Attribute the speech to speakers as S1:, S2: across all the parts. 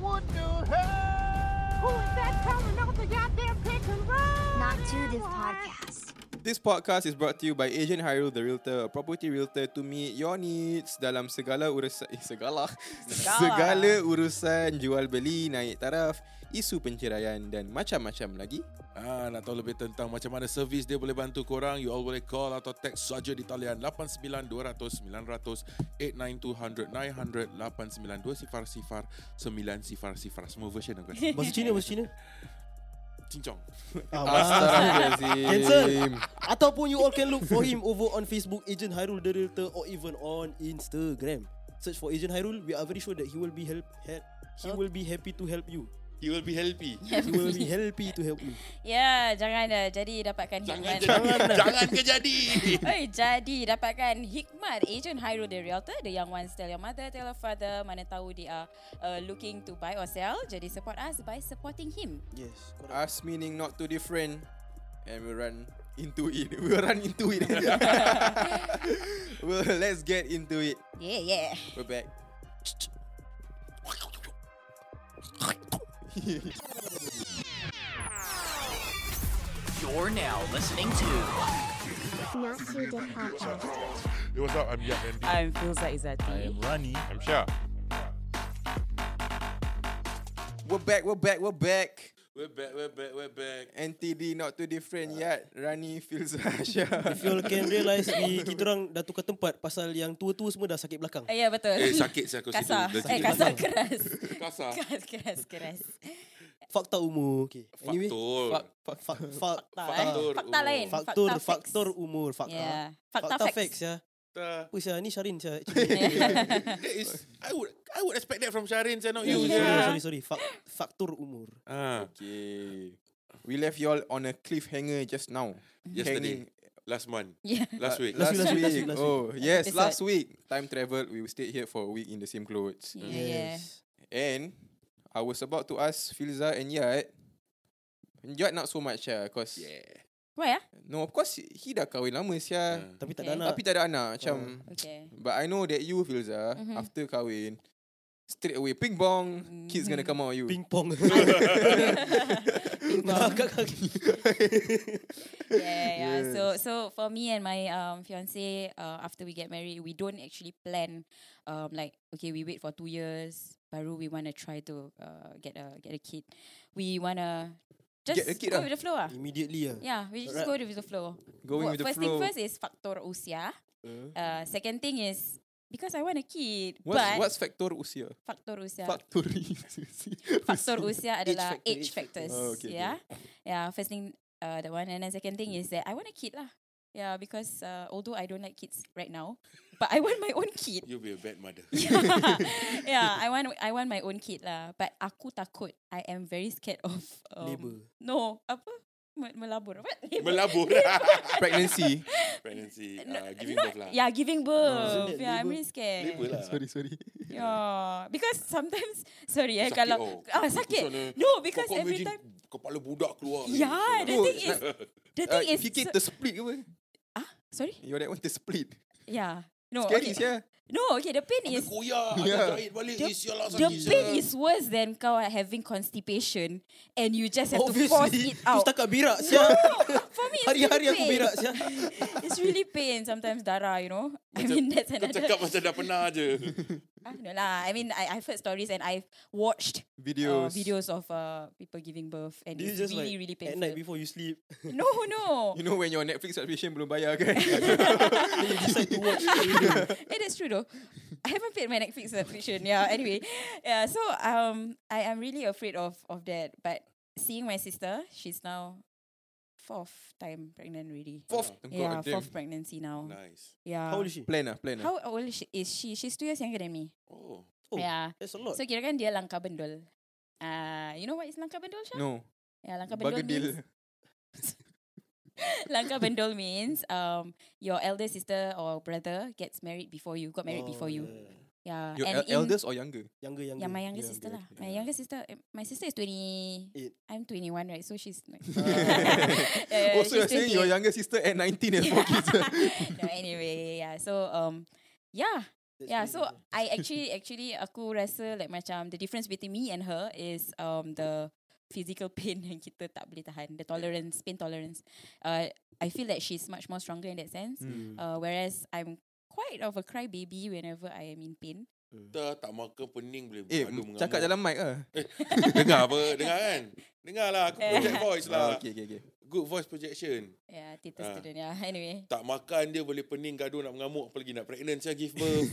S1: would do hey!
S2: Who is that coming off the goddamn pick and roll?
S3: Not to this podcast.
S4: This podcast is brought to you by Agent Hairul the Realtor, a property realtor to meet your needs dalam segala urusan eh, segala segala urusan jual beli, naik taraf, isu penceraian dan macam-macam lagi.
S5: Ah, nak tahu lebih tentang macam mana servis dia boleh bantu korang, you all boleh call atau text saja di talian 89200900 89200 900 892 sifar sifar 9 sifar sifar semua version aku. rasa.
S6: Bahasa Cina, bahasa Cina.
S5: Cincong.
S6: Ah, bahasa.
S4: Astagfirullahalazim.
S6: Eh, Cancel. Ataupun you all can look for him over on Facebook Agent Hairul the Realtor or even on Instagram. Search for Agent Hairul. We are very sure that he will be help. help he will be happy to help you.
S4: He will be healthy.
S6: He will be happy to help you.
S7: Ya, janganlah jadi dapatkan
S5: Jangan
S7: hikmat.
S5: jadi. Jangan ke jadi.
S7: Oi, jadi dapatkan hikmat Agent Hairul the Realtor The young ones tell your mother, tell your father Mana tahu they are uh, looking to buy or sell Jadi support us by supporting him
S6: Yes. correct.
S4: Us meaning not too different and we run into it. We will run into it. well, let's get into it.
S7: Yeah, yeah
S4: We're back.
S8: You're now listening to
S3: Not to this podcast.
S5: Hey, what's up? I'm Yap Andy.
S9: I'm Filza Izati.
S1: Rani.
S5: I'm Syah.
S4: We're back, we're back, we're back.
S5: We're back, we're back, we're back.
S4: NTD not too different yet. Rani feels Asha.
S6: If you all can realise we, Kita orang dah tukar tempat Pasal yang tua-tua semua dah sakit belakang
S7: Ya, yeah, betul
S5: Eh, sakit saya aku
S7: Kasar
S5: situ.
S7: Eh, kasar keras
S5: Kasar.
S7: Keras, keras, keras
S6: Fakta umur okay. Anyway
S5: Faktor.
S6: fak- fak- fak-
S7: Fakta, eh.
S5: Faktor
S7: fakta
S5: umur.
S7: lain
S6: Faktor
S7: Fakta facts.
S6: Faktor umur Fakta
S7: yeah. Fakta,
S6: Fakta,
S7: fakta
S6: facts ya. Apa sia ni Syarin sia.
S5: That is, I would, I would expect that from Syarin, saya
S4: Eh,
S5: not you.
S6: sorry,
S5: sia.
S6: sorry, sorry, sorry. Fak, faktor umur.
S5: Ah,
S4: Okay. We left y'all on a cliffhanger just now. Hanging-
S5: yesterday,
S4: uh,
S5: last month,
S7: yeah.
S5: last week. Ah.
S4: Last,
S6: Last
S4: week,
S6: week, last week, last week.
S4: Oh, yes,
S7: Episode.
S4: last week. Time travel. We stayed here for a week in the same clothes.
S7: yeah, yeah.
S4: And I was about to ask Filza and Yat. Yat not so much, yeah, cause
S5: Yeah.
S7: Why ah?
S4: no, of course he dah kahwin lama sia.
S5: Ah.
S6: Tapi tak lah.
S7: Okay.
S6: ada anak.
S4: Tapi tak ada anak macam.
S7: Okay
S4: But I know that you Filza
S7: Mhm.
S4: after kahwin straight away ping pong kids gonna come out of you.
S6: ping pong. Kakak kaki.
S7: yeah, yeah. So so for me and my um fiance, uh, after we get married, we don't actually plan um like okay, we wait for two years, baru we wanna try to uh, get a get a kid. We wanna just
S4: Get a kid
S7: go
S4: lah.
S7: with the flow. Ah.
S6: Immediately ah.
S7: Yeah, we just
S6: Alright.
S7: go with the flow.
S4: Going
S7: Wha-
S4: with the
S7: first
S4: flow.
S7: thing first is faktor usia.
S4: Uh,
S7: Uh, second thing is because I want a kid,
S4: what's,
S7: but
S4: what's factor usia?
S7: faktor usia.
S4: Faktor usia.
S7: faktor usia adalah
S6: factor, age
S7: age,
S6: factor.
S7: factors.
S4: Oh, okay, okay.
S7: yeah. Yeah, first thing uh, that one and then second thing is that I want a kid lah. Yeah, because uh, although I don't like kids right now, but I want my own kid.
S5: You'll be a bad mother.
S7: yeah, I want I want my own kid lah. But aku takut. I am very scared of um,
S6: Labour.
S7: No, apa? Me- melabur. What?
S5: Melabur.
S4: Pregnancy.
S5: Pregnancy,
S7: No, ya,
S5: uh, giving
S7: not-
S5: birth lah.
S7: Yeah, giving birth.
S6: Isn't that
S7: yeah, I'm
S6: labour?
S7: really scared.
S5: Labour lah.
S4: sorry, sorry.
S7: Yeah, because sometimes sorry eh
S5: Sakit oh.
S7: kalau ah sakit.
S5: Sana,
S7: No, because
S5: kau Oh,
S7: every
S5: imagine
S7: time
S5: kepala budak keluar.
S7: Yeah, the
S4: Oh,
S7: thing is the
S4: Uh,
S7: thing is
S4: fikir tersplit ke apa?
S7: sorry.
S4: You're that one tersplit.
S7: Yeah. No,
S4: Scary
S7: Oh, okay.
S4: sia.
S7: No, okay, the pain
S5: Yes.
S7: is
S5: Koyak,
S4: Yeah.
S5: yeah. jahit balik. eh,
S7: The-
S5: sialah
S7: the
S5: sakit.
S7: pain is worse than kau having constipation and you just have to force it
S6: Terus
S7: out.
S6: takut birak sia.
S7: For me, it's
S6: Hari-hari
S7: really
S6: aku
S7: pain.
S6: birak sia.
S7: It's really pain sometimes darah, you know.
S5: Macam
S7: I mean that's
S5: Kau
S7: another.
S5: cakap macam dah pernah je.
S7: Ah, no lah. I mean I I've heard stories and I've watched
S4: Videos.
S7: uh, videos of uh, people giving birth and
S6: Do you
S7: it's
S6: just
S7: really
S6: like
S7: really
S6: at
S7: painful.
S6: night before you sleep
S7: no, no.
S4: You know when your Netflix subscription belum bayar kan?
S6: you decide to watch
S7: Eh, that's true though. I haven't paid my Netflix subscription. Yeah. Anyway, yeah. So um, I am really afraid of of that. But seeing my sister, she's now fourth time pregnant already.
S4: Fourth.
S7: yeah,
S4: God damn.
S7: fourth pregnancy now.
S5: nice.
S7: Yeah.
S6: How old is she? eh?
S4: Plan lah, plan lah.
S7: How old is she? Is she? She's two years younger than me.
S5: Oh.
S6: Oh.
S7: Yeah.
S6: That's a lot.
S7: So kira kan dia langka bendol. Ah, you know what is langka bendol? Syah?
S4: No.
S7: Yeah, langka bendol means
S4: Bagadil.
S7: langka bendol means um your elder sister or brother gets married before you got married
S6: Oh,
S7: before you.
S6: yeah.
S7: Yeah.
S4: Your
S7: and
S4: el-
S7: in-
S4: eldest or younger?
S6: Younger younger.
S7: Yeah, my younger
S4: Yeah,
S7: sister
S4: okay,
S7: lah.
S4: okay.
S7: My younger sister, eh, my sister is 20.
S6: Eight.
S7: I'm 21, right? So she's like.
S4: Yeah, also, Ah. Oh, you're saying your younger sister at 19 and 4 kids.
S7: no, anyway, yeah. So um, yeah,
S6: That's
S7: Yeah,
S6: really
S7: so
S6: nice.
S7: I actually actually aku rasa like macam the difference between me and her is um the physical pain yang kita tak boleh tahan, the tolerance, pain tolerance. Uh, I feel that she's much more stronger in that sense.
S6: Mm.
S7: Uh, whereas I'm quite of a crybaby whenever I am in pain.
S5: Kita tak makan pening boleh
S4: Eh,
S5: bergaduh
S4: m- cakap
S5: mengamuk.
S4: dalam mic lah.
S5: Dengar apa? Dengar kan? Dengar lah. Aku project voice lah.
S4: Ah, okay, okay, okay.
S5: Good voice projection.
S7: Yeah, theater
S5: Ah.
S7: student. Yeah, anyway.
S5: Tak makan dia boleh pening gaduh nak mengamuk. Apalagi nak pregnant saya give birth.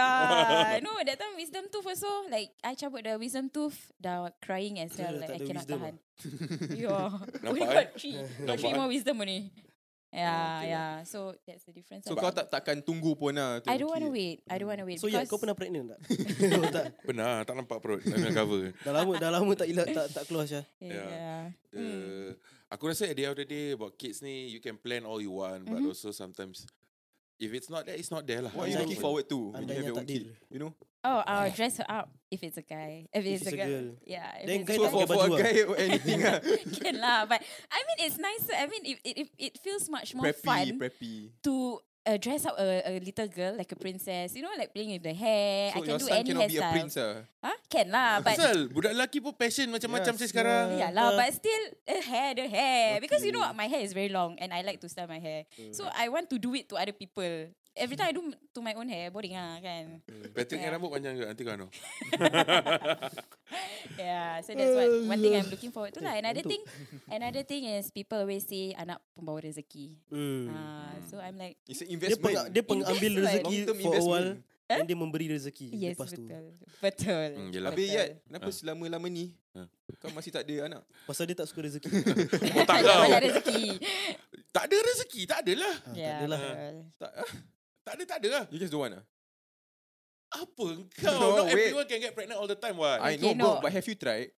S7: Yeah, no, that time wisdom tooth also like I cabut the wisdom tooth, dah crying as
S6: Dia
S7: well.
S6: dah tak
S7: Like I
S6: ada
S7: cannot
S6: wisdom
S7: tahan. yeah,
S5: Nampak,
S7: only
S5: eh?
S7: got three, got
S5: Nampak,
S7: three
S5: eh?
S7: more wisdom only. Yeah,
S5: okay lah.
S7: yeah. So that's the difference.
S4: So
S7: I
S4: kau
S7: think.
S4: tak takkan tunggu pun lah.
S7: I don't want to
S4: to
S7: wait. I don't want to wait.
S6: So yeah,
S7: because-
S6: kau pernah pregnant tak? Oh, tak.
S5: Pernah, tak nampak perut. Tak nak cover.
S6: Dah lama dah lama tak ilat tak tak keluar
S7: Ah.
S6: Syah.
S5: Yeah.
S7: eh, Yeah.
S5: Uh, aku rasa at the end of the day about kids ni, you can plan all you want. But also sometimes, if it's not there, it's not there lah.
S4: What are Oh, you
S6: Andainya-
S4: looking forward to when you
S6: andainya
S4: have your own
S6: takdir.
S4: kid? You know?
S7: Oh, I'll dress her up if it's a guy. If it's, a, girl. Yeah. if
S6: Then
S7: it's
S6: guy
S7: a
S4: So
S6: tak
S4: for, for a
S6: pakai baju ah.
S4: guy or anything lah.
S7: can lah. But I mean, it's nicer. I mean, it it, it, it feels much more
S4: Preppy,
S7: fun
S4: preppy.
S7: to uh, dress up a, a little girl like a princess. You know, like playing with the
S4: So
S7: hair. Eh, I
S4: your
S7: can do
S4: son
S7: any
S4: cannot be a
S7: hairstyle.
S4: prince lah.
S7: Huh? Can lah, but.
S5: Pasal budak lelaki pun passion macam-macam
S4: Yes.
S5: yes. sekarang.
S7: Yeah lah, but still uh, hair, the hair. Because you know what, my hair is very long and I like to style my hair.
S4: Mm.
S7: So I want to do it to other people. Every time I do m- to my own hair, boring ah kan.
S5: Patrick yang rambut panjang juga nanti kau anu.
S7: Yeah, so that's what one thing I'm looking forward to lah. Another thing, another thing is people always say anak pembawa rezeki.
S6: Hmm.
S7: Ah, so I'm like,
S4: It's an
S6: Dia peng,
S4: investment.
S6: dia pengambil
S7: Investment.
S6: rezeki
S4: Long-term
S6: for a while
S4: investment.
S6: dan dia memberi rezeki
S7: yes,
S6: lepas tu.
S7: betul, betul.
S5: Hmm, yelah.
S4: Habis
S7: Betul.
S4: Yat,
S6: Ah.
S4: kenapa selama-lama ni
S5: Ah.
S4: kau masih tak ada anak?
S6: Pasal dia tak suka rezeki.
S5: Otak
S7: Tak
S5: kau.
S7: banyak rezeki.
S5: tak ada rezeki, tak adalah.
S6: ha, tak
S7: yeah,
S6: adalah.
S7: betul.
S4: Tak, ah?
S5: Tak ada, tak ada lah.
S4: You just don't want ah?
S5: Apa kau?
S4: No,
S5: Not
S4: wait.
S5: everyone can get pregnant all the time what?
S4: I know
S7: Okay,
S4: bro,
S7: no.
S4: but have you tried?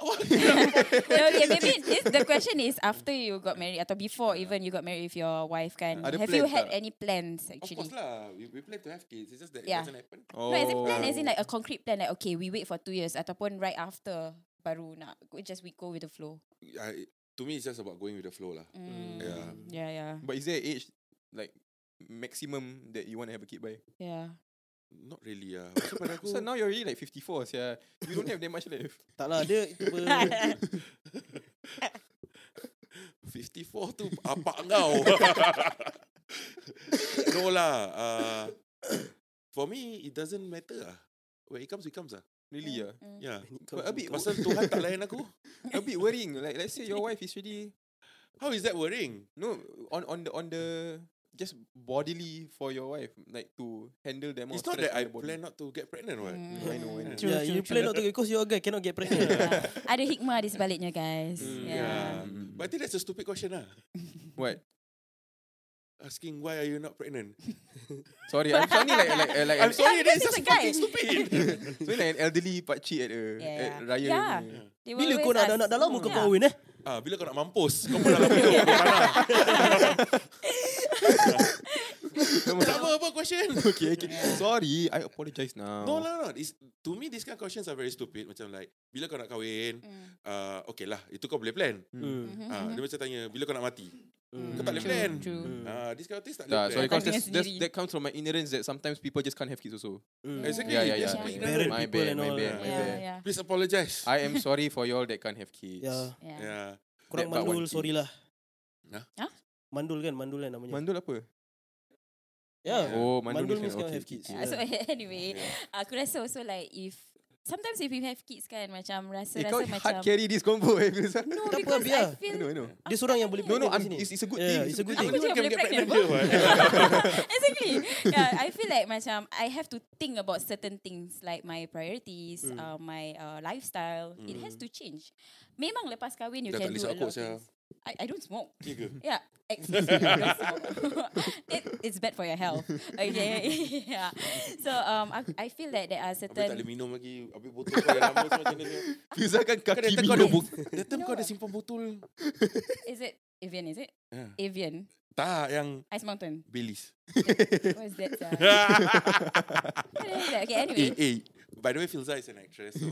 S7: No, okay, maybe this, the question is after you got married atau before even you got married with your wife kan.
S4: Ada
S7: Have you
S4: plan
S7: had
S4: tak?
S7: any plans
S5: Of
S7: actually?
S5: course lah. We, we plan to have kids. It's just that
S7: Yeah.
S5: it doesn't happen.
S4: Oh.
S7: No, as in plan, as in like a concrete plan. Like okay, we wait for two years ataupun right after baru nak we just we go with the flow.
S5: I, to me, it's just about going with the flow lah.
S7: Mm.
S5: Yeah.
S7: Yeah, yeah,
S4: Oh. But is there a age like maximum that you want to have a kid by?
S7: yeah.
S5: Not really lah. Pasal pada aku,
S4: So now you're already like 54, yeah. You don't have that much left.
S6: Taklah lah, dia itu ber,
S5: 54 tu apa kau? no lah. Uh, for me, it doesn't matter lah. When it comes, it comes lah.
S4: Really, yeah.
S5: Yeah.
S6: comes,
S5: But a bit,
S6: it
S5: pasal Tuhan tak layan aku.
S4: A bit worrying. Like let's say your wife is really
S5: How is that worrying?
S4: no on on the on the just bodily for your wife, like to handle them.
S5: It's not that I plan not to get pregnant, right?
S7: Mm,
S4: I know, I know.
S7: True,
S6: yeah,
S7: true,
S6: you plan not to because you're a guy cannot get pregnant.
S7: Yeah. Ada hikmah di sebaliknya guys.
S4: Mm,
S5: Mm,
S7: yeah.
S5: But I think that's a stupid question lah.
S4: What?
S5: Asking why are you not pregnant?
S4: Sorry, I'm sounding like like uh, like
S5: I'm
S4: an,
S5: sorry,
S7: Kan, because
S5: that's
S7: he's
S5: just
S7: a guy.
S5: fucking stupid.
S4: sounding like an elderly pakcik at, uh,
S7: Yeah,
S4: at
S7: yeah.
S4: raya.
S7: Yeah.
S4: ni.
S7: They will
S6: Bila kau
S7: always
S6: nak ada
S7: ask.
S6: anak dah lama kau
S7: Yeah.
S6: kahwin eh?
S5: ah, bila kau nak mampus, kau pun dalam hidup. kau tanah. Kenapa apa question?
S4: okay, okay. Sorry, I apologize now.
S5: No lah, no. It's, to me, these kind of questions are very stupid. Macam like, bila kau nak kahwin,
S7: Mm.
S5: uh, okay lah, itu kau boleh plan.
S4: Mm.
S7: Mm-hmm,
S6: Hmm.
S5: Ah, Dia macam tanya, bila kau nak mati? Kau tak boleh plan.
S7: Mm, True.
S5: Ah, this kind of things tak boleh
S4: Nah,
S5: plan.
S4: Mm. sorry,
S7: Kau
S4: cause that's,
S7: tengah
S4: that's,
S7: sendiri.
S4: that comes from my ignorance that sometimes people just can't have kids also.
S5: Exactly.
S4: Yeah, yeah,
S5: that's
S4: yeah.
S5: being
S4: Yeah.
S5: ignorant.
S4: My
S6: people
S4: bad,
S6: and
S4: my
S6: all
S4: bad,
S6: that.
S4: my
S7: Yeah,
S4: bad.
S7: yeah.
S5: Please apologize.
S4: I am sorry for y'all that can't have kids.
S6: Yeah.
S7: Yeah.
S5: yeah.
S6: Kurang
S4: That part
S6: Ya, mandul,
S4: one key.
S6: sorry lah.
S5: Huh?
S7: Huh?
S6: Mandul kan, mandul kan namanya. Ya,
S4: Mandul apa?
S6: yeah.
S4: Oh, mandul,
S6: Mandul
S4: means
S6: means can't
S4: okay,
S6: have
S4: okay,
S6: kids.
S4: okay.
S7: Uh, So anyway,
S5: Yeah.
S7: aku rasa also like if sometimes if you have kids kan macam rasa
S4: Eh,
S7: rasa
S4: kau
S7: macam
S4: hard carry this combo eh. Firuza.
S7: no
S6: Tak apa,
S7: because
S6: biar.
S7: I feel
S4: I know, I know.
S6: Dia seorang yang boleh
S4: No, no,
S6: pregnant
S4: I'm,
S6: di sini.
S4: it's, it's a good
S6: Yeah,
S4: thing.
S6: it's a good
S7: Aku
S6: thing.
S7: juga
S5: Anyone can
S7: boleh
S5: get
S7: pregnant.
S5: pregnant je, what?
S7: exactly. Yeah, I feel like macam I have to think about certain things like my priorities, uh, my uh, lifestyle. It has to change. Memang lepas kahwin you
S5: Dah tak
S7: can
S5: boleh
S7: do a
S5: sokok,
S7: lot of
S5: Syah.
S7: things. I, I don't smoke.
S5: Ya ke?
S7: Yeah, ex- it, it's bad for your health. Okay, yeah. So um, I, I feel that there are
S5: Habis tak
S7: certain
S5: boleh minum lagi. Habis botol kau yang lama tu macam mana ni?
S4: Firuza kan
S5: Kau
S4: kaki
S5: datang kau ada
S4: minum.
S5: botol. Datang kau ada simpan botol.
S7: is it Evian? Is it
S5: Yeah.
S7: Evian?
S5: Tak, yang
S7: Ice Mountain.
S5: Baileys.
S7: What is that? uh? sia? okay, anyway.
S5: Eh, eh. By the way, Filza is an actress, so...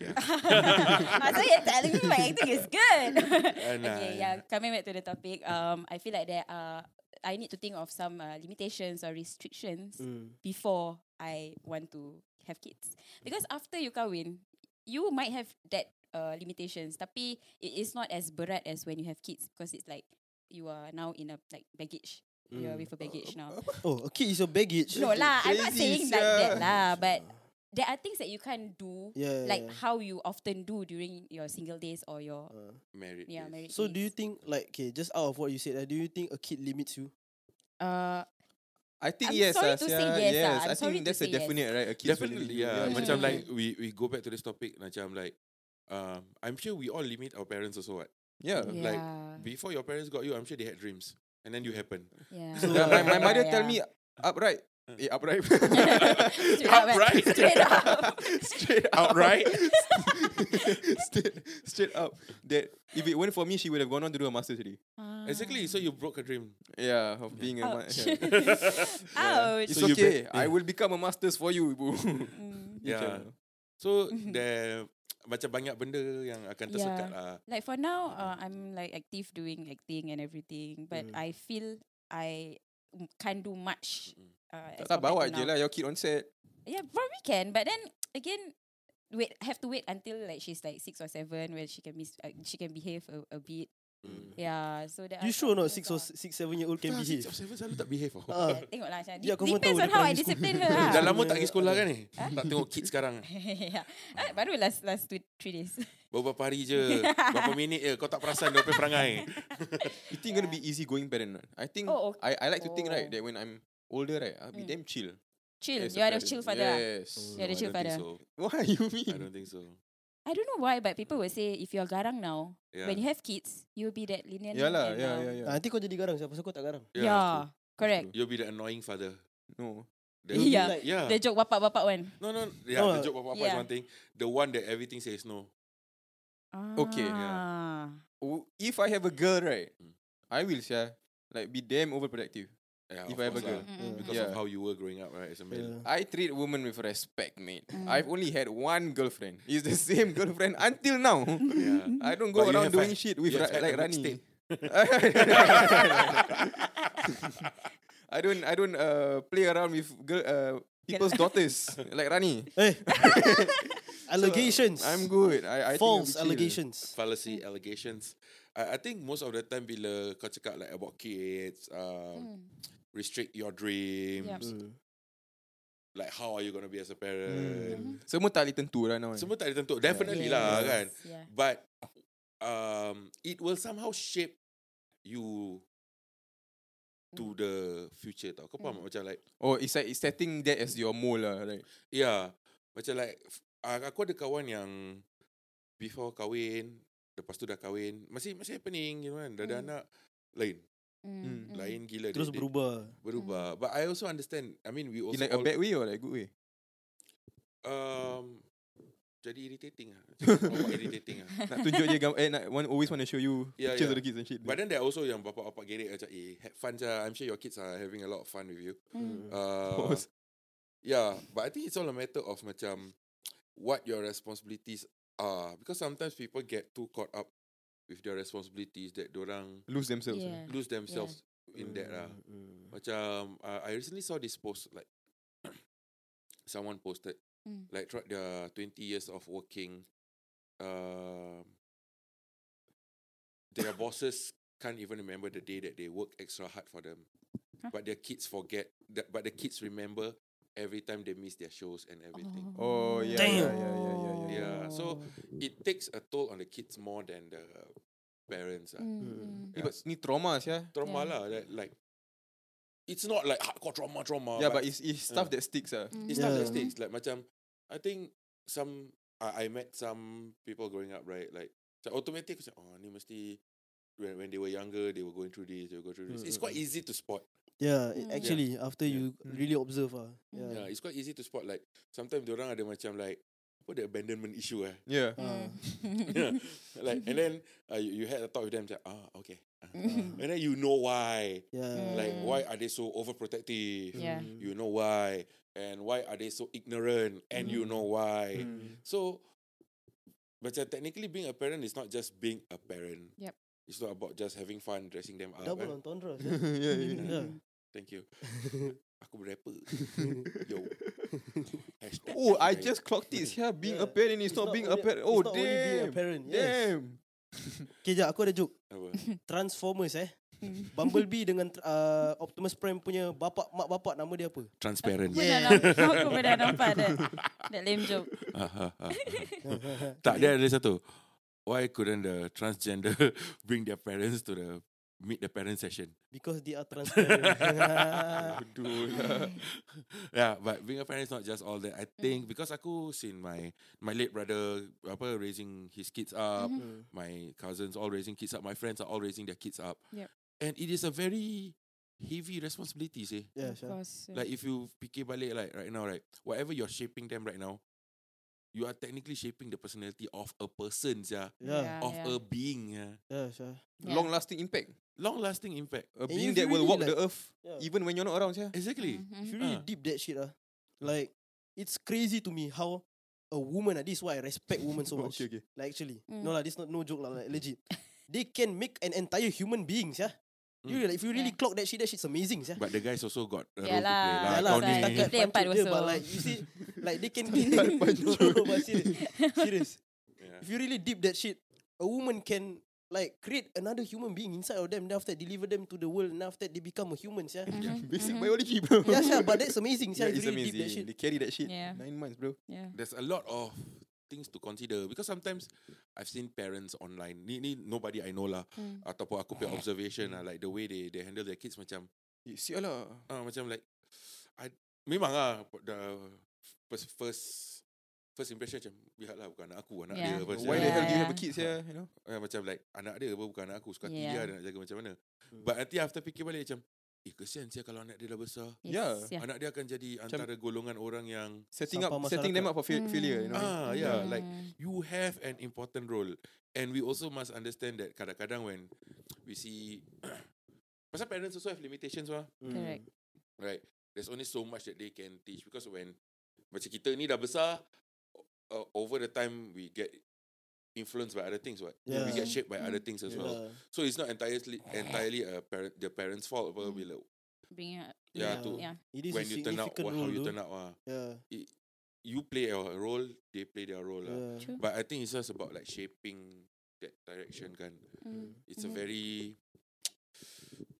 S5: Yeah.
S7: Uh-huh. so you're telling me my acting is good.
S5: nah,
S7: okay, yeah. Coming back to the topic, um, I feel like there are I need to think of some uh, limitations or restrictions before I want to have kids. Because after you kahwin, you might have that uh, limitations, tapi it is not as berat as when you have kids because it's like you are now in a like baggage. You are with a baggage now.
S6: Oh, okay, it's your baggage.
S7: No lah, I'm not
S4: Crazy
S7: saying like that
S4: sia.
S7: lah. But there are things that you can't do,
S6: Yeah,
S7: like
S6: yeah, yeah.
S7: how you often do during your single days or your
S5: Married.
S7: yeah
S5: days.
S7: married.
S6: So do you
S7: days.
S6: think like okay, just out of what you said, uh, do you think a kid limits you?
S7: Uh,
S4: I think
S7: I'm
S4: yes,
S7: sorry
S4: ah,
S7: to
S4: sia,
S7: say yes, ah. I'm
S4: I
S7: sorry
S4: think
S7: to
S4: that's a
S7: say yes.
S4: definite right. A kid's
S5: Definitely,
S4: gonna
S5: yeah.
S4: limit you.
S5: Macam like we we go back to this topic. Macam like, um, I'm sure we all limit our parents also. What
S4: yeah.
S7: yeah,
S5: like, before your parents got you, I'm sure they had dreams, and then you happen.
S7: yeah.
S4: Yeah, my, my
S7: Yeah,
S4: mother
S7: yeah.
S4: tell me upright. Eh, upright.
S7: Straight up, eh.
S5: Upright.
S7: Straight up.
S4: straight up,
S5: Outright.
S4: straight, straight up. That if it went for me, she would have gone on to do a master's already.
S7: Uh, Ah.
S5: Exactly. So you broke a dream. kan?
S4: Yeah, of being a ma-
S7: Ouch.
S4: yeah.
S7: Ouch.
S4: It's
S5: So you
S4: okay.
S5: bet-
S4: I will become a master's for you, ibu.
S7: Mm.
S5: Yeah.
S4: Macam-
S5: So the macam banyak benda yang akan
S7: Yeah.
S5: tersekat lah.
S7: Like for now, uh, I'm like active doing acting and everything, but I feel I m- can't do much.
S5: Mm,
S7: Uh, as
S4: Tak bawa
S7: compared to
S4: je
S7: now.
S4: lah your kid on set.
S7: Yeah, probably can. But then again, wait have to wait until like she's like six or seven where she can miss uh, she can behave a, a bit.
S5: mm.
S7: Yeah, so that
S6: You sure not six or s- six seven year old can
S5: Tak,
S6: behave?
S5: six of seven selalu tak behave. Oh.
S6: Ah,
S7: eh, Tengok lah macam
S6: Ya,
S7: yeah,
S6: kau pun
S7: Depends
S6: tahu
S7: on
S6: dia
S7: how I
S6: primary school.
S7: discipline her lah
S5: Dah lama tak pergi sekolah kan ni? Tak tengok kids sekarang.
S7: yeah. Ah, Baru last last two, three days
S5: Baru berapa hari je. Berapa minit je. Kau tak perasan dia punya perangai.
S4: You think gonna be easy going parent? or not? I think
S7: Oh,
S4: I
S7: okay.
S4: I like to think right
S7: Oh. Mm.
S4: that when I'm older right, I'll be damn chill.
S7: Chill
S4: as
S7: You are the
S4: parent.
S7: chill father lah.
S4: Yes.
S7: You're the
S5: I
S7: chill
S5: don't think
S7: father
S5: so.
S4: Why you
S5: I
S4: mean?
S5: don't think so.
S7: I don't know why But people will say If you're garang now
S5: Yeah.
S7: When you have kids You'll be that lenient
S4: Yeah lah,
S7: and,
S4: yeah,
S7: um,
S4: yeah, yeah.
S6: Ah, Nanti kau jadi garang siapa pasal kau tak garang.
S5: true.
S7: Yeah, Correct
S5: You'll be the annoying father.
S4: No.
S5: The-
S6: You'll be
S7: Yeah.
S6: like-
S5: Yeah.
S7: The joke wapak-wapak one
S5: no, no. Yeah,
S6: No,
S5: the joke apa-apa is
S7: yeah.
S5: one thing. The one that everything says no.
S4: Okay,
S5: yeah.
S7: Ah.
S4: W- Oh, If I have a girl right,
S5: Mm.
S4: I will share like be damn overprotective.
S5: Yeah,
S4: If I
S5: of
S4: have a
S5: course
S4: girl.
S5: lah.
S7: Mm-mm.
S5: Because of
S4: Yeah.
S5: how you were growing up, right? As a male.
S6: Yeah.
S4: I treat women with respect, mate.
S7: Mm.
S4: I've only had one girlfriend. It's the same girlfriend until now.
S5: Yeah.
S4: I don't go
S5: But you
S4: around
S5: have
S4: doing
S5: had-
S4: shit with
S5: you have
S4: ra-
S5: had
S4: like
S5: a
S4: Rani.
S5: mixtape.
S4: I don't I don't uh, play around with girl uh, people's daughters like Rani.
S6: Hey. allegations.
S4: Eh. I'm good. I, I think
S6: False
S4: I'll be chill.
S6: allegations.
S5: Fallacy allegations. I, I think most of the time bila kau cakap like about kids,
S7: Hmm.
S5: um, restrict your dreams,
S7: Yup.
S5: like how are you going to be as a parent.
S4: Uh, Semua tak boleh tentu lah
S7: Mm-hmm.
S4: now. eh.
S5: Semua tak ditentu. Definitely
S7: Yes,
S5: lah kan.
S7: yeah.
S5: But um, it will somehow shape you
S4: Mm.
S5: to the future tau. Kau faham tak? macam like,
S4: Oh, it's like it's setting that as your mole lah, right?
S5: yeah. Macam like, f- ah, aku ada kawan yang before kahwin, lepas tu dah kahwin, masih masih happening, you know kan. Dah ada anak, lain.
S7: Mm, mm.
S5: Hmm, Lain gila.
S6: Terus
S5: dia,
S6: berubah.
S5: Dia berubah. But I also understand, I mean, we
S4: Mm.
S5: also
S4: In like a
S5: all,
S4: bad way or like good way?
S5: um, jadi irritating lah.
S4: Mm.
S5: Macam bawa irritating lah.
S4: Nak tunjuk je gambar, eh, nak, one always want to show you
S5: Yeah,
S4: pictures
S5: yeah.
S4: of the kids and shit.
S5: But then there are also yang bapa-bapa gerek macam eh have fun je. I'm sure your kids are having a lot of fun with you.
S4: Of
S7: mm.
S5: Uh,
S4: course.
S5: yeah, but I think it's all a matter of macam what your responsibilities are because sometimes people get too caught up with their responsibilities that orang
S4: lose themselves. eh.
S7: Yeah.
S5: lose themselves in that lah.
S4: Mm.
S5: Macam uh, I recently saw this post like someone posted
S7: Mm.
S5: like throughout their 20 years of working um their bosses can't even remember the day that they work extra hard for them but their kids forget that but the kids remember every time they miss their shows and everything
S4: Oh yeah,
S6: Damn.
S4: yeah, yeah, yeah, yeah, yeah.
S5: yeah so it takes a toll on the kids more than the parents ah.
S7: Mm, mm.
S4: Eh, but ni trauma yeah.
S5: trauma
S7: Yeah.
S5: lah like, like it's not like hardcore trauma trauma
S6: Oh,
S4: Yeah, but it's, it's stuff
S5: Yeah.
S4: that sticks
S7: Mm.
S4: ah.
S5: It's not
S6: Yeah.
S5: just things like macam I think some I, I met some people growing up right like so automatic macam, oh ni mesti when, when they were younger they were going through this they were going through this it's quite easy to spot
S4: Hmm.
S6: Yeah, it-
S7: Mm.
S6: actually after
S5: Yeah.
S6: you really observe ah.
S5: yeah
S6: Yeah.
S5: it's quite easy to spot like sometimes orang ada macam like what the abandonment issue eh
S4: Yeah.
S6: Ah.
S5: Yeah. like and then uh, you, you had a talk with them like ah okay Ah, ah." and then you know why
S4: Hmm.
S6: Yeah.
S5: like why are they so overprotective
S7: Yeah.
S5: you know why and why are they so ignorant and you know
S4: Mm.
S5: why so macam technically being a parent is not just being a parent
S7: Yep.
S5: It's not about just having fun dressing them up.
S6: Double
S5: eh.
S6: entendre.
S4: yeah,
S6: sia.
S4: yeah.
S6: Yeah.
S5: Thank you. Aku berapa? Yo. Hashtag
S4: Oh, I
S5: right.
S4: just clocked it. Yeah, being
S6: Yeah.
S4: a parent is
S6: It's
S4: not,
S6: not
S4: being a
S6: only-
S4: parent.
S6: it's
S4: Oh,
S6: not
S4: damn.
S6: only being a parent, yes.
S4: Damn.
S6: Okay, jap. Aku ada joke.
S5: Apa?
S6: Transformers eh.
S4: Hmm.
S6: Bumblebee dengan uh, Optimus Prime punya bapak mak bapak nama dia apa?
S5: Transparent.
S7: Aku dah nampak, aku dah nampak that, that lame joke.
S5: Ah, ah, ah. tak, dia ada satu. Why couldn't the transgender bring their parents to the meet the parent session?
S6: Because they are transparent.
S5: Aduh lah. yeah, but being a parent is not just all that. I
S7: Mm-hmm.
S5: think because aku seen my my late brother apa raising his kids up,
S7: Mm-hmm.
S5: my cousins all raising kids up, my friends are all raising their kids up.
S7: Yep.
S5: And it is a very heavy responsibility, seh.
S6: yeah,
S7: of
S6: sure.
S7: course. yeah.
S5: Like if you fikir balik like right now right, whatever you're shaping them right now, you are technically shaping the personality of a person, yeah,
S6: Yeah,
S5: of
S7: Ah,
S5: a
S7: yeah.
S5: being, yeah.
S6: yeah, sure.
S7: Yeah.
S4: Long lasting impact.
S5: Long lasting impact.
S4: A
S6: And
S4: being
S6: if
S4: that
S6: you
S4: will walk
S6: really like-
S4: the earth
S6: Yeah.
S4: even when you're not around. Yeah.
S5: Exactly.
S7: Mhm.
S6: If you really
S5: Ah.
S6: deep that shit ah, like it's crazy to me how a woman ah, this is why I respect women so much.
S4: okay, okay.
S6: Like actually,
S7: Mm.
S6: no lah, this not no joke lah, like legit. they can make an entire human being, yeah. You
S5: Mm.
S6: like, if you really
S7: Yeah.
S6: clock that shit, that shit's amazing, yeah.
S5: But the guys also got a role to play.
S7: Yeah lah,
S5: lah. Kau
S6: Yeah lah,
S7: That's
S5: ni-
S7: why.
S6: setakat
S7: Play empat
S6: pancut je,
S7: also.
S6: but like you see, like they can no, but serious, serious.
S5: Yeah.
S6: If you really deep that shit, a woman can like create another human being inside of them. Then after that, deliver them to the world. And after that, they become a human, yeah.
S7: Mm-hmm.
S4: Basic biology, bro.
S6: yeah, sure, but that's amazing.
S4: Yeah,
S6: Yeah,
S4: it's
S6: if you really
S4: amazing.
S6: deep that shit.
S4: They carry that shit.
S7: Yeah.
S4: Nine months, bro.
S7: yeah.
S5: there's a lot of things to consider because sometimes I've seen parents online ni ni nobody I know lah
S7: Mm.
S5: ataupun aku
S4: Ah, ya.
S5: punya observation lah like the way they they handle their kids macam
S4: Eh, sial Hmm. lah.
S5: ah macam like I memang ah the first first first impression macam biar lah bukan anak aku anak
S7: Yeah.
S5: dia apa
S4: Why the hell do you have a
S7: Yeah.
S4: kids yeah, you know?
S5: uh, macam like anak dia apa bukan anak aku suka hati
S7: Yeah.
S5: dia dia nak jaga macam mana
S4: Hmm.
S5: but nanti after fikir balik macam eh kesian sih kalau anak dia dah besar
S4: Yeah.
S7: Yes, yeah.
S5: anak dia akan jadi antara golongan orang yang
S4: Setting up
S6: Sampah
S4: setting them
S6: masyarakat.
S4: up for fa- failure, you know.
S5: ah yeah like
S7: Mm.
S5: you have an important role and we also must understand that kadang-kadang when we see pasal parents also have limitations lah
S7: Correct.
S5: right there's only so much that they can teach because when macam kita ni dah besar o- uh, over the time we get influenced by other things what we
S6: Yeah.
S5: get shaped by other things as well
S6: Yeah.
S5: so it's not entirely entirely a parent the parents fault apa
S7: Mm.
S5: bila
S7: Bring it up.
S5: yeah,
S6: Yeah.
S5: to
S7: Yeah.
S6: It is
S5: when
S6: a
S5: you turn out
S6: significant
S5: what, how
S6: role,
S5: you
S6: though.
S5: turn out ah
S6: Yeah.
S5: you play your role they play their role lah
S6: yeah.
S7: True.
S5: But I think it's just about like shaping that direction kan.
S6: Hmm.
S7: Mm.
S5: It's a
S7: Mhm.
S5: very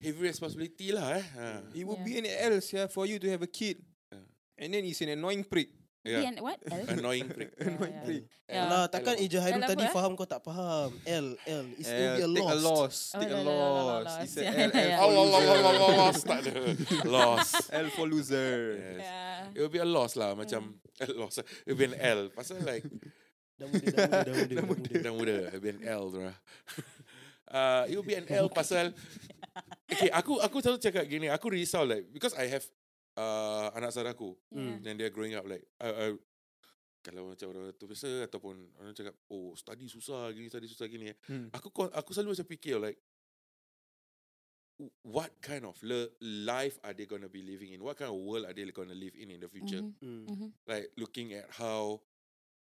S5: heavy responsibility lah eh. Ha.
S4: It would
S7: Yeah.
S4: be an else yeah, for you to have a kid.
S5: Yeah.
S4: And then it's an annoying prick.
S5: Yeah.
S7: Then what else?
S5: Annoying prick.
S7: Yeah,
S4: annoying
S7: yeah.
S4: prick.
S7: Yeah.
S6: Alah, takkan
S5: L.
S6: Eja Hairul
S7: L
S6: tadi
S7: apa, Ah, eh?
S6: faham kau tak faham. L, L. It's
S4: Eh,
S6: will be
S4: take
S6: a
S4: a
S6: loss.
S4: loss.
S7: Oh,
S4: Take
S7: la,
S4: a
S7: la, la, la, la,
S4: loss.
S7: loss.
S4: It's a
S7: Yeah,
S4: L
S7: yeah.
S5: Oh,
S4: L
S5: Allah,
S4: for
S5: Allah, Allah,
S4: loser.
S5: Allah, tak ada. Loss.
S4: L for loser.
S5: Yes.
S7: Yeah.
S5: It will be a loss lah macam a loss. It will be an L. Pasal like
S6: Dah muda, dah muda, dah muda, dah muda.
S5: dah muda, it will be an L lah. Uh, it will be an L pasal Okay, aku aku selalu cakap gini, aku risau like because I have uh, anak saudara aku.
S7: Yeah.
S4: Hmm.
S5: Then they're growing up like I, I, kalau macam orang tu biasa ataupun orang cakap oh study susah gini study susah gini eh.
S4: Hmm.
S5: Aku kon- aku selalu macam fikir like w- what kind of le- life are they gonna be living in? What kind of world are they gonna live in in the future?
S7: Mhm,
S6: Mm.
S7: mhm.
S4: Mm-hmm.
S5: Like looking at how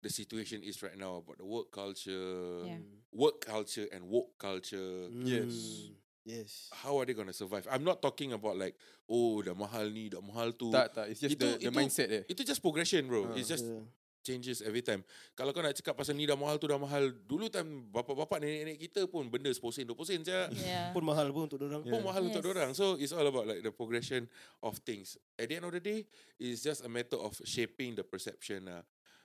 S5: the situation is right now about the work culture,
S7: Yeah.
S5: work culture and woke culture.
S4: Yes.
S6: Mm. Yes.
S5: How are they gonna survive? I'm not talking about like oh dah mahal ni, dah mahal tu.
S4: Tak, tak. It's just
S5: Itu-
S4: the, the
S5: itu-
S4: mindset there.
S5: Itu just progression bro.
S4: Ah.
S5: It's just
S6: Yeah.
S5: changes every time. Kalau kau nak cakap pasal ni dah mahal tu dah mahal. Dulu time bapak-bapak nenek-nenek kita pun benda 10 sen 20 sen je.
S7: Yeah.
S6: Pun mahal pun untuk orang.
S5: Pun mahal untuk
S7: Yes.
S5: orang. So it's all about like the progression of things. At the end of the day, it's just a matter of shaping the perception. Uh.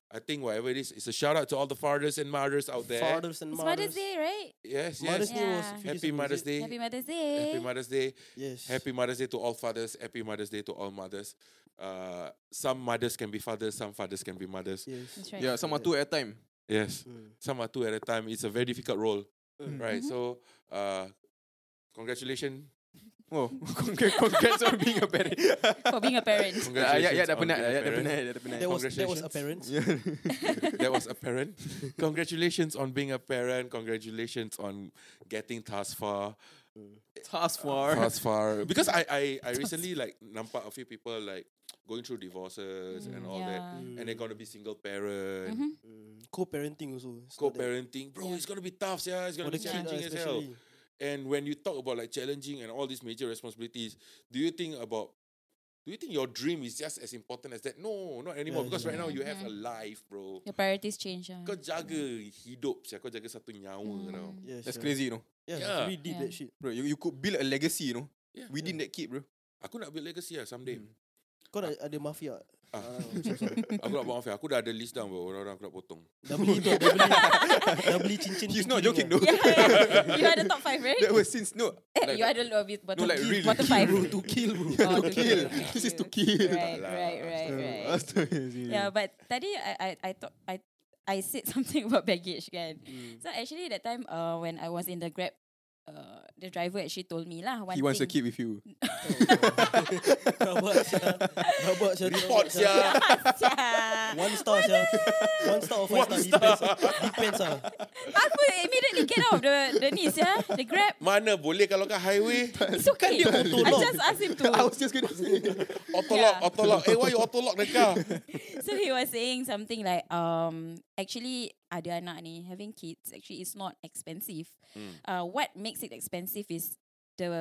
S5: I think whatever it is, it's a shout out to all the fathers and mothers out there.
S6: Fathers and
S7: It's
S6: mothers.
S7: Mother's Day, right?
S5: Yes, yes.
S6: Mother's Day was
S7: Yeah.
S6: a few days
S5: Happy
S6: ago, is
S5: Mother's
S6: it?
S5: Day.
S7: Happy Mother's Day.
S5: Happy Mother's Day.
S6: Yes.
S5: Happy Mother's Day to all fathers. Happy Mother's Day to all mothers. Uh, some mothers can be fathers, some fathers can be mothers.
S6: Yes.
S7: That's right.
S4: Yeah, some are two at a time.
S5: Yes.
S6: Mm.
S5: some are two at a time. It's a very difficult role,
S6: Hmm.
S5: right? So, uh, congratulations,
S4: Oh, congrats, congrats on being a parent.
S7: For being a parent.
S5: congratulations.
S4: Ayat, ayat dah
S5: on
S4: penat,
S5: being a
S4: ayat dah
S5: parent.
S4: penat, ayat dah penat.
S6: That was that was
S5: Congratulations.
S6: apparent.
S5: that was apparent. congratulations on being a parent. Congratulations on getting thus far,
S4: Task for.
S5: thus far. Because I, I, I recently like nampak a few people like going through divorces and all that,
S7: Mm, Yeah. Mm-hmm.
S5: and they're gonna be single parent.
S6: Mm. Co-parenting also. It's not that-
S5: Co-parenting, bro,
S7: Yeah.
S5: it's gonna be tough, yeah. It's
S6: For
S5: gonna
S6: the
S5: be
S6: kid, uh,
S5: challenging as hell.
S6: especially.
S5: And when you talk about like challenging and all these major responsibilities, do you think about do you think your dream is just as important as that? No, not anymore. because right now you have a life, bro.
S7: Your priorities change. ah.
S5: Kau jaga hidup siya. Kau jaga satu nyawa now.
S7: Mm.
S6: Yeah,
S4: That's
S6: sure.
S4: crazy, you know.
S6: Yeah,
S5: Yeah.
S6: we did
S7: Yeah.
S6: that shit.
S4: Bro, you, you could build a legacy, you know.
S5: Yeah.
S4: Within that kid, bro.
S5: Aku nak build legacy lah someday.
S6: Kau dah ada mafia.
S5: Ah, aku nak buat mafia. Aku dah ada list down bro, orang-orang aku nak potong.
S6: Dah beli tu, dah beli. dah beli cincin.
S4: He's
S6: cincin
S4: not
S6: dia.
S4: joking, though.
S7: yeah, yeah. You are the top five, right?
S4: That was since, no.
S7: you are the lowest bottom,
S4: like
S7: kill-
S4: really.
S7: bottom five.
S6: Bro, to kill bro.
S7: Oh,
S4: to
S7: to
S4: kill.
S7: kill, to
S4: This is to
S7: kill.
S4: kill.
S7: Right,
S5: lah.
S7: right, right, right. Yeah,
S4: yeah.
S7: but tadi I I I thought I I said something about baggage kan. So actually that time uh when I was in the Grab uh the driver actually told me lah
S4: He
S7: one
S4: wants a
S7: thing.
S4: kid with you.
S6: Rabak sia. Rabak sia.
S5: Report sia.
S7: Yeah.
S6: One star sia. One star or five star. Depends ah. Depends ah.
S7: Aku immediately get out of the the knees yeah, the Grab.
S5: Mana boleh kalau kat highway?
S7: It's okay.
S6: dia
S7: I
S6: autolock.
S7: just asked him to.
S4: I was just going to say.
S5: Autolock,
S7: Yeah.
S5: autolock. Eh, why you autolock the car?
S7: so he was saying something like, um, actually ada anak ni having kids actually it's not expensive. Uh, what makes it expensive is the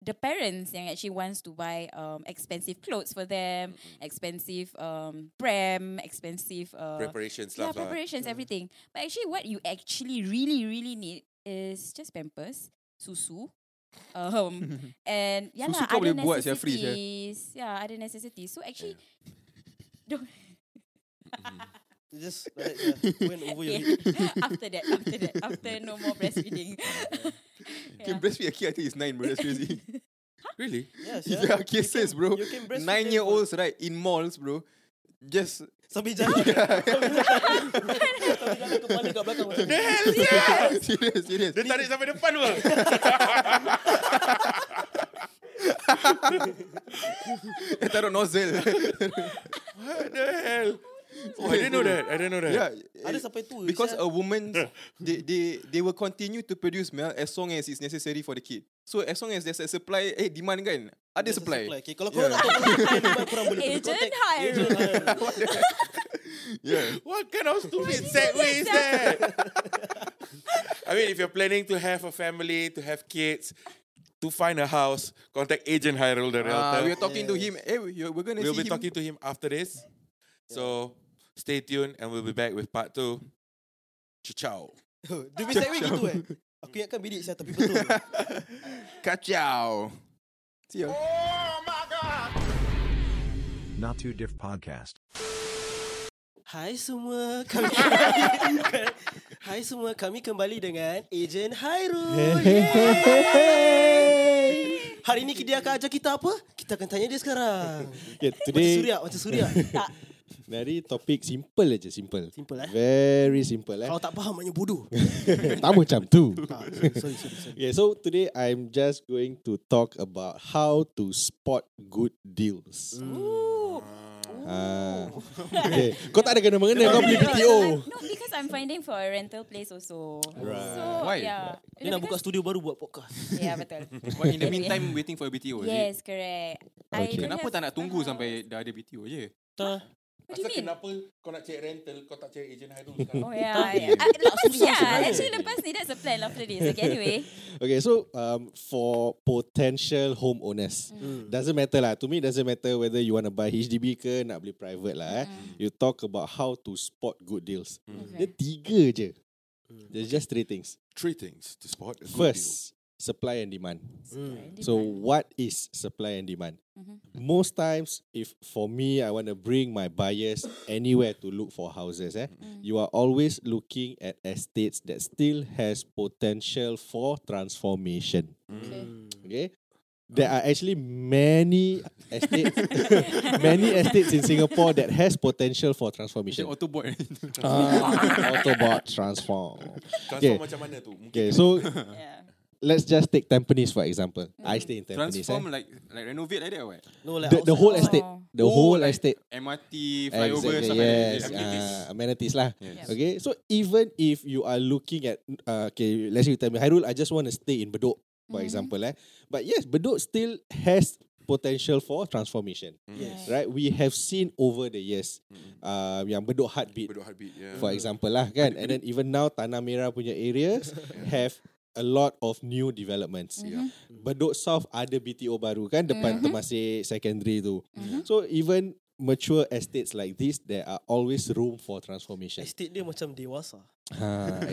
S7: the parents yang actually wants to buy um expensive clothes for them, expensive um pram, expensive uh,
S5: Preparations
S7: yeah
S5: lah.
S7: preparations everything. But actually, what you actually really really need is just pampers, susu. Um, and yeah
S4: Susu
S7: lah,
S4: kau
S7: other
S4: boleh buat sia, free sia.
S7: necessities. Yeah, other necessities. So actually, don't
S6: Just like that sia. Went over your head.
S7: Okay. after that, after that, after no more breastfeeding.
S4: Can breastfeed a kid until he's nine, bro. That's crazy.
S5: Really?
S6: Yeah, sia.
S4: yeah, cases, bro.
S6: you can breastfeed
S4: Nine
S6: them
S4: year
S6: for-
S4: olds, right? In malls, bro. Just
S6: Sambil jalan. Sambil jalan. Sambil jalan kepala kat belakang macam ni.
S4: serious, serious.
S5: Dia tarik sampai depan pun.
S4: Dia taruh nozzle.
S5: What the hell? Oh, I didn't know that. I didn't know that.
S4: yeah,
S6: Ada
S4: eh,
S6: sampai tua.
S4: because
S6: sia.
S4: a woman, they, they they will continue to produce milk as long as it's necessary for the kid. So as long as there's a supply, eh demand kan, ada
S6: There's a
S4: supply.
S6: Okay, kalau korang nak tahu korang korang boleh pergi
S7: Agent
S6: contact
S7: Hire.
S6: Agent Hire.
S4: Yeah.
S5: What kind of stupid segue is that? I mean, if you're planning to have a family, to have kids, to find a house, contact Agent Hyrule,
S4: Uh,
S5: the
S4: we
S5: realtor.
S4: are talking to him. Eh, we- we're gonna
S5: we'll
S4: see
S5: be
S4: him.
S5: talking Ah, to him after this. So stay tuned and we'll be back with part two. Ciao.
S6: Dia punya segway gitu eh. Aku ingatkan bidik saya tapi betul.
S4: Kacau. See ya.
S1: Not Too Diff Podcast.
S6: Hai semua, kami kembali. Hai semua, kami kembali dengan Ejen Hairul. Yeay. Hari ini dia akan ajar kita apa? Kita akan tanya dia sekarang.
S9: Okay,
S6: Macam
S9: today
S6: Surya, macam Surya. tak.
S9: dari topik simple aja simple.
S6: Simple, eh?
S9: Very simple eh.
S6: Kalau tak faham maknanya bodoh.
S9: tak macam tu.
S6: Ah, sorry, sorry, sorry.
S9: Okay, so today I'm just going to talk about how to spot good deals.
S6: Mm.
S9: Ah. okay. Kau tak ada kena mengena kau beli BTO.
S7: No, because I'm finding for a rental place also. Right. So,
S4: Why?
S7: Yeah.
S6: Dia nak buka studio baru buat podcast.
S7: Yeah, betul.
S4: But in the meantime, waiting for a BTO. is it?
S7: Yes, correct. I
S9: Okay.
S7: don't
S4: Kenapa
S7: have
S4: tak nak
S7: a
S4: tunggu
S7: house.
S4: sampai dah ada BTO je?
S6: Tak.
S7: What do you mean?
S5: kenapa kau nak cari rental, kau tak cari Agent Hyrule
S7: Oh yeah, I, I, lepas,
S6: susah
S7: yeah.
S6: sebenarnya.
S7: Actually lepas ni that's a plan after this. Okay, anyway.
S9: Okay, so um, for potential homeowners,
S6: Mm.
S9: doesn't matter lah. To me, doesn't matter whether you want to buy HDB ke nak beli private lah. Eh.
S6: Mm.
S9: You talk about how to spot good deals. Dia tiga je.
S6: Mm.
S9: There's just three things.
S5: Three things to spot. a good
S9: First, supply and demand.
S7: Alright,
S9: Hmm, So what is supply and demand? Most times, if for me, I want to bring my buyers anywhere to look for houses. Eh, you are always looking at estates that still has potential for transformation.
S7: Okay.
S5: Mm.
S9: Okay. There are actually many estates, many estates in Singapore that has potential for transformation.
S4: Macam Autobot.
S9: Ah, Autobot transform.
S5: deal. Transform
S9: Okay.
S5: macam mana tu? Mungkin
S9: Okay, so
S7: yeah.
S9: let's just take Tampines for example. I stay in Tampines. eh.
S4: Transform like like renovate like that or what?
S6: No, like
S9: the, the whole
S6: outside.
S9: estate.
S7: Oh.
S9: The whole
S4: like
S9: estate.
S4: MRT, flyover,
S9: exactly,
S4: stuff
S9: yes.
S4: like that. Amenities.
S9: Uh, amenities lah.
S7: Yes.
S9: Okay, so even if you are looking at, uh, okay, let's say you tell me, Hairul, I just want to stay in Bedok, for
S7: Mm-hmm.
S9: example. Eh. But yes, Bedok still has potential for transformation.
S6: Yes.
S9: Right? We have seen over the years, uh, yang Bedok Heartbeat,
S5: Bedok Heartbeat, yeah.
S9: for example lah kan. And then even now, Tanah Merah punya areas have a lot of new developments.
S5: Yeah.
S9: Bedok South ada BTO baru kan depan Temasek Secondary tu. So even mature estates like this there are always room for transformation.
S6: Estate dia macam dewasa.
S9: Ha,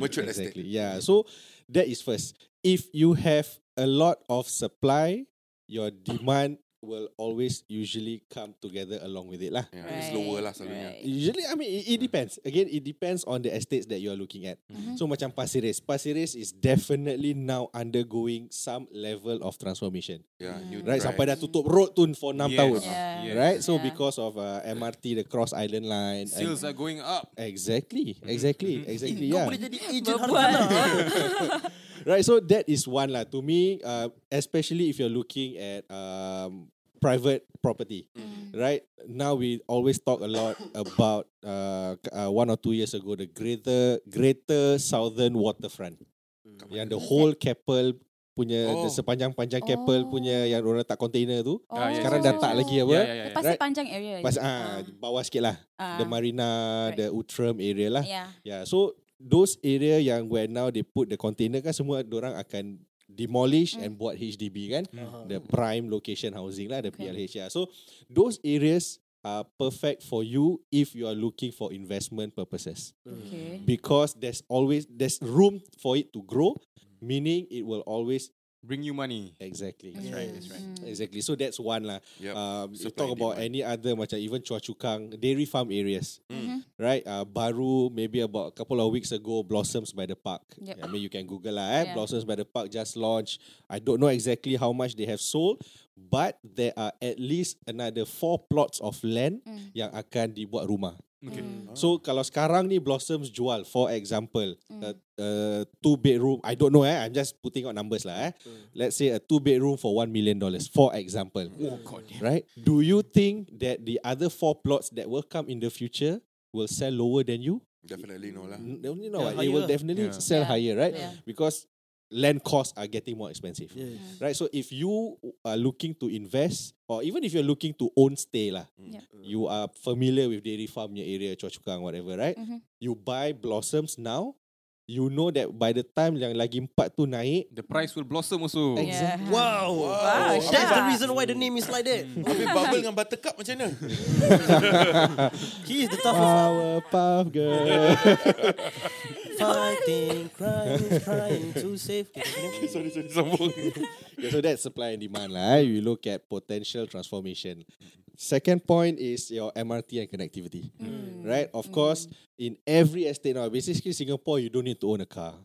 S5: Mature estate.
S9: exactly. Yeah. So that is first. If you have a lot of supply, your demand will always usually come together along with it lah.
S5: Yeah, It's lower lah selalunya.
S7: right.
S9: Usually, I mean, it, it depends. Again, it depends on the estates that you are looking at. So, macam Pasir Ris. Pasir Ris is definitely now undergoing some level of transformation.
S5: Yeah, new
S9: Right? Sampai dah
S5: drive.
S9: tutup road tu for 6
S4: Yes.
S9: tahun.
S7: Yeah.
S9: Right? So,
S7: Yeah.
S9: because of uh, MRT, the Cross Island Line. and-
S4: Sales are going up.
S9: Exactly, exactly, exactly.
S6: Kau
S9: Yeah.
S6: boleh jadi Ha- agent
S7: Berbual.
S6: hartanah.
S9: right so that is one lah to me uh, especially if you're looking at um, private property
S7: Mm.
S9: right now we always talk a lot about uh, k- uh, one or two years ago the greater greater southern waterfront yang
S7: Mm.
S9: the whole Keppel punya the
S5: Oh.
S9: sepanjang-panjang Keppel
S7: Oh.
S9: punya yang orang letak container tu
S7: Oh.
S4: Ah, yes,
S9: sekarang
S4: yes,
S9: dah tak lagi
S4: Yeah,
S9: apa
S4: yeah, yeah.
S7: Lepas
S9: Right?
S7: panjang area. is
S9: pas
S7: it?
S9: ah
S7: Ah.
S9: bawah sikit lah the
S7: Ah.
S9: marina the Outram area lah
S7: Yeah.
S9: Yeah, so those area yang where now they put the container kan semua orang akan demolish mm. and buat HDB kan. The prime location housing lah, the
S7: Okay.
S9: okay. PLH. Yeah. So those areas are perfect for you if you are looking for investment purposes
S7: Okay.
S9: because there's always there's room for it to grow meaning it will always
S4: Bring you money.
S9: exactly
S4: That's right, that's right.
S9: exactly so that's one lah
S5: Yup.
S9: um, you
S5: Supply
S9: talk
S5: and
S9: about
S5: demand. Mm.
S9: any other macam even Choa Chu Kang dairy farm areas
S5: Mm-hmm.
S9: right uh, baru maybe about a couple of weeks ago Blossoms by the Park
S7: Yep.
S9: I mean you can Google lah eh?
S7: Yeah.
S9: Blossoms by the Park just launched I don't know exactly how much they have sold but there are at least another four plots of land yang akan dibuat rumah
S4: Okay.
S9: So kalau sekarang ni Blossoms jual for example a, a Uh, two bedroom I don't know eh I'm just putting out numbers lah eh let's say a two bedroom for one million dollars for example
S6: Hmm.
S4: Oh god. damn.
S9: right do you think that the other four plots that will come in the future will sell lower than you
S5: Definitely no lah.
S9: N- you know
S6: Yeah,
S9: what, it will
S6: higher.
S9: definitely
S4: Yeah.
S9: sell
S7: Yeah.
S9: higher right
S7: Yeah.
S9: because land costs are getting more expensive
S6: Yes.
S9: right so if you are looking to invest or even if you're looking to own stay lah
S7: Yeah.
S9: you are familiar with dairy farm your area Choa Chu Kang whatever right
S7: Mhm.
S9: you buy blossoms now you know that by the time yang lagi empat tu naik
S4: The price will blossom also.
S7: Yeah.
S6: Wow.
S7: Wow,
S6: That's the
S7: Shah.
S6: reason why the name is like that.
S5: Habis
S9: Mm.
S5: bubble dengan buttercup macam mana?
S6: He is the toughest.
S9: Powerpuff Girl
S6: Fighting, crying, trying to save.
S5: sorry, sorry, sambung.
S9: Yeah, so that's supply and demand lah. eh. You look at potential transformation. Second point is your MRT and connectivity, right? Of course, in every estate now, basically Singapore, you don't need to own a car,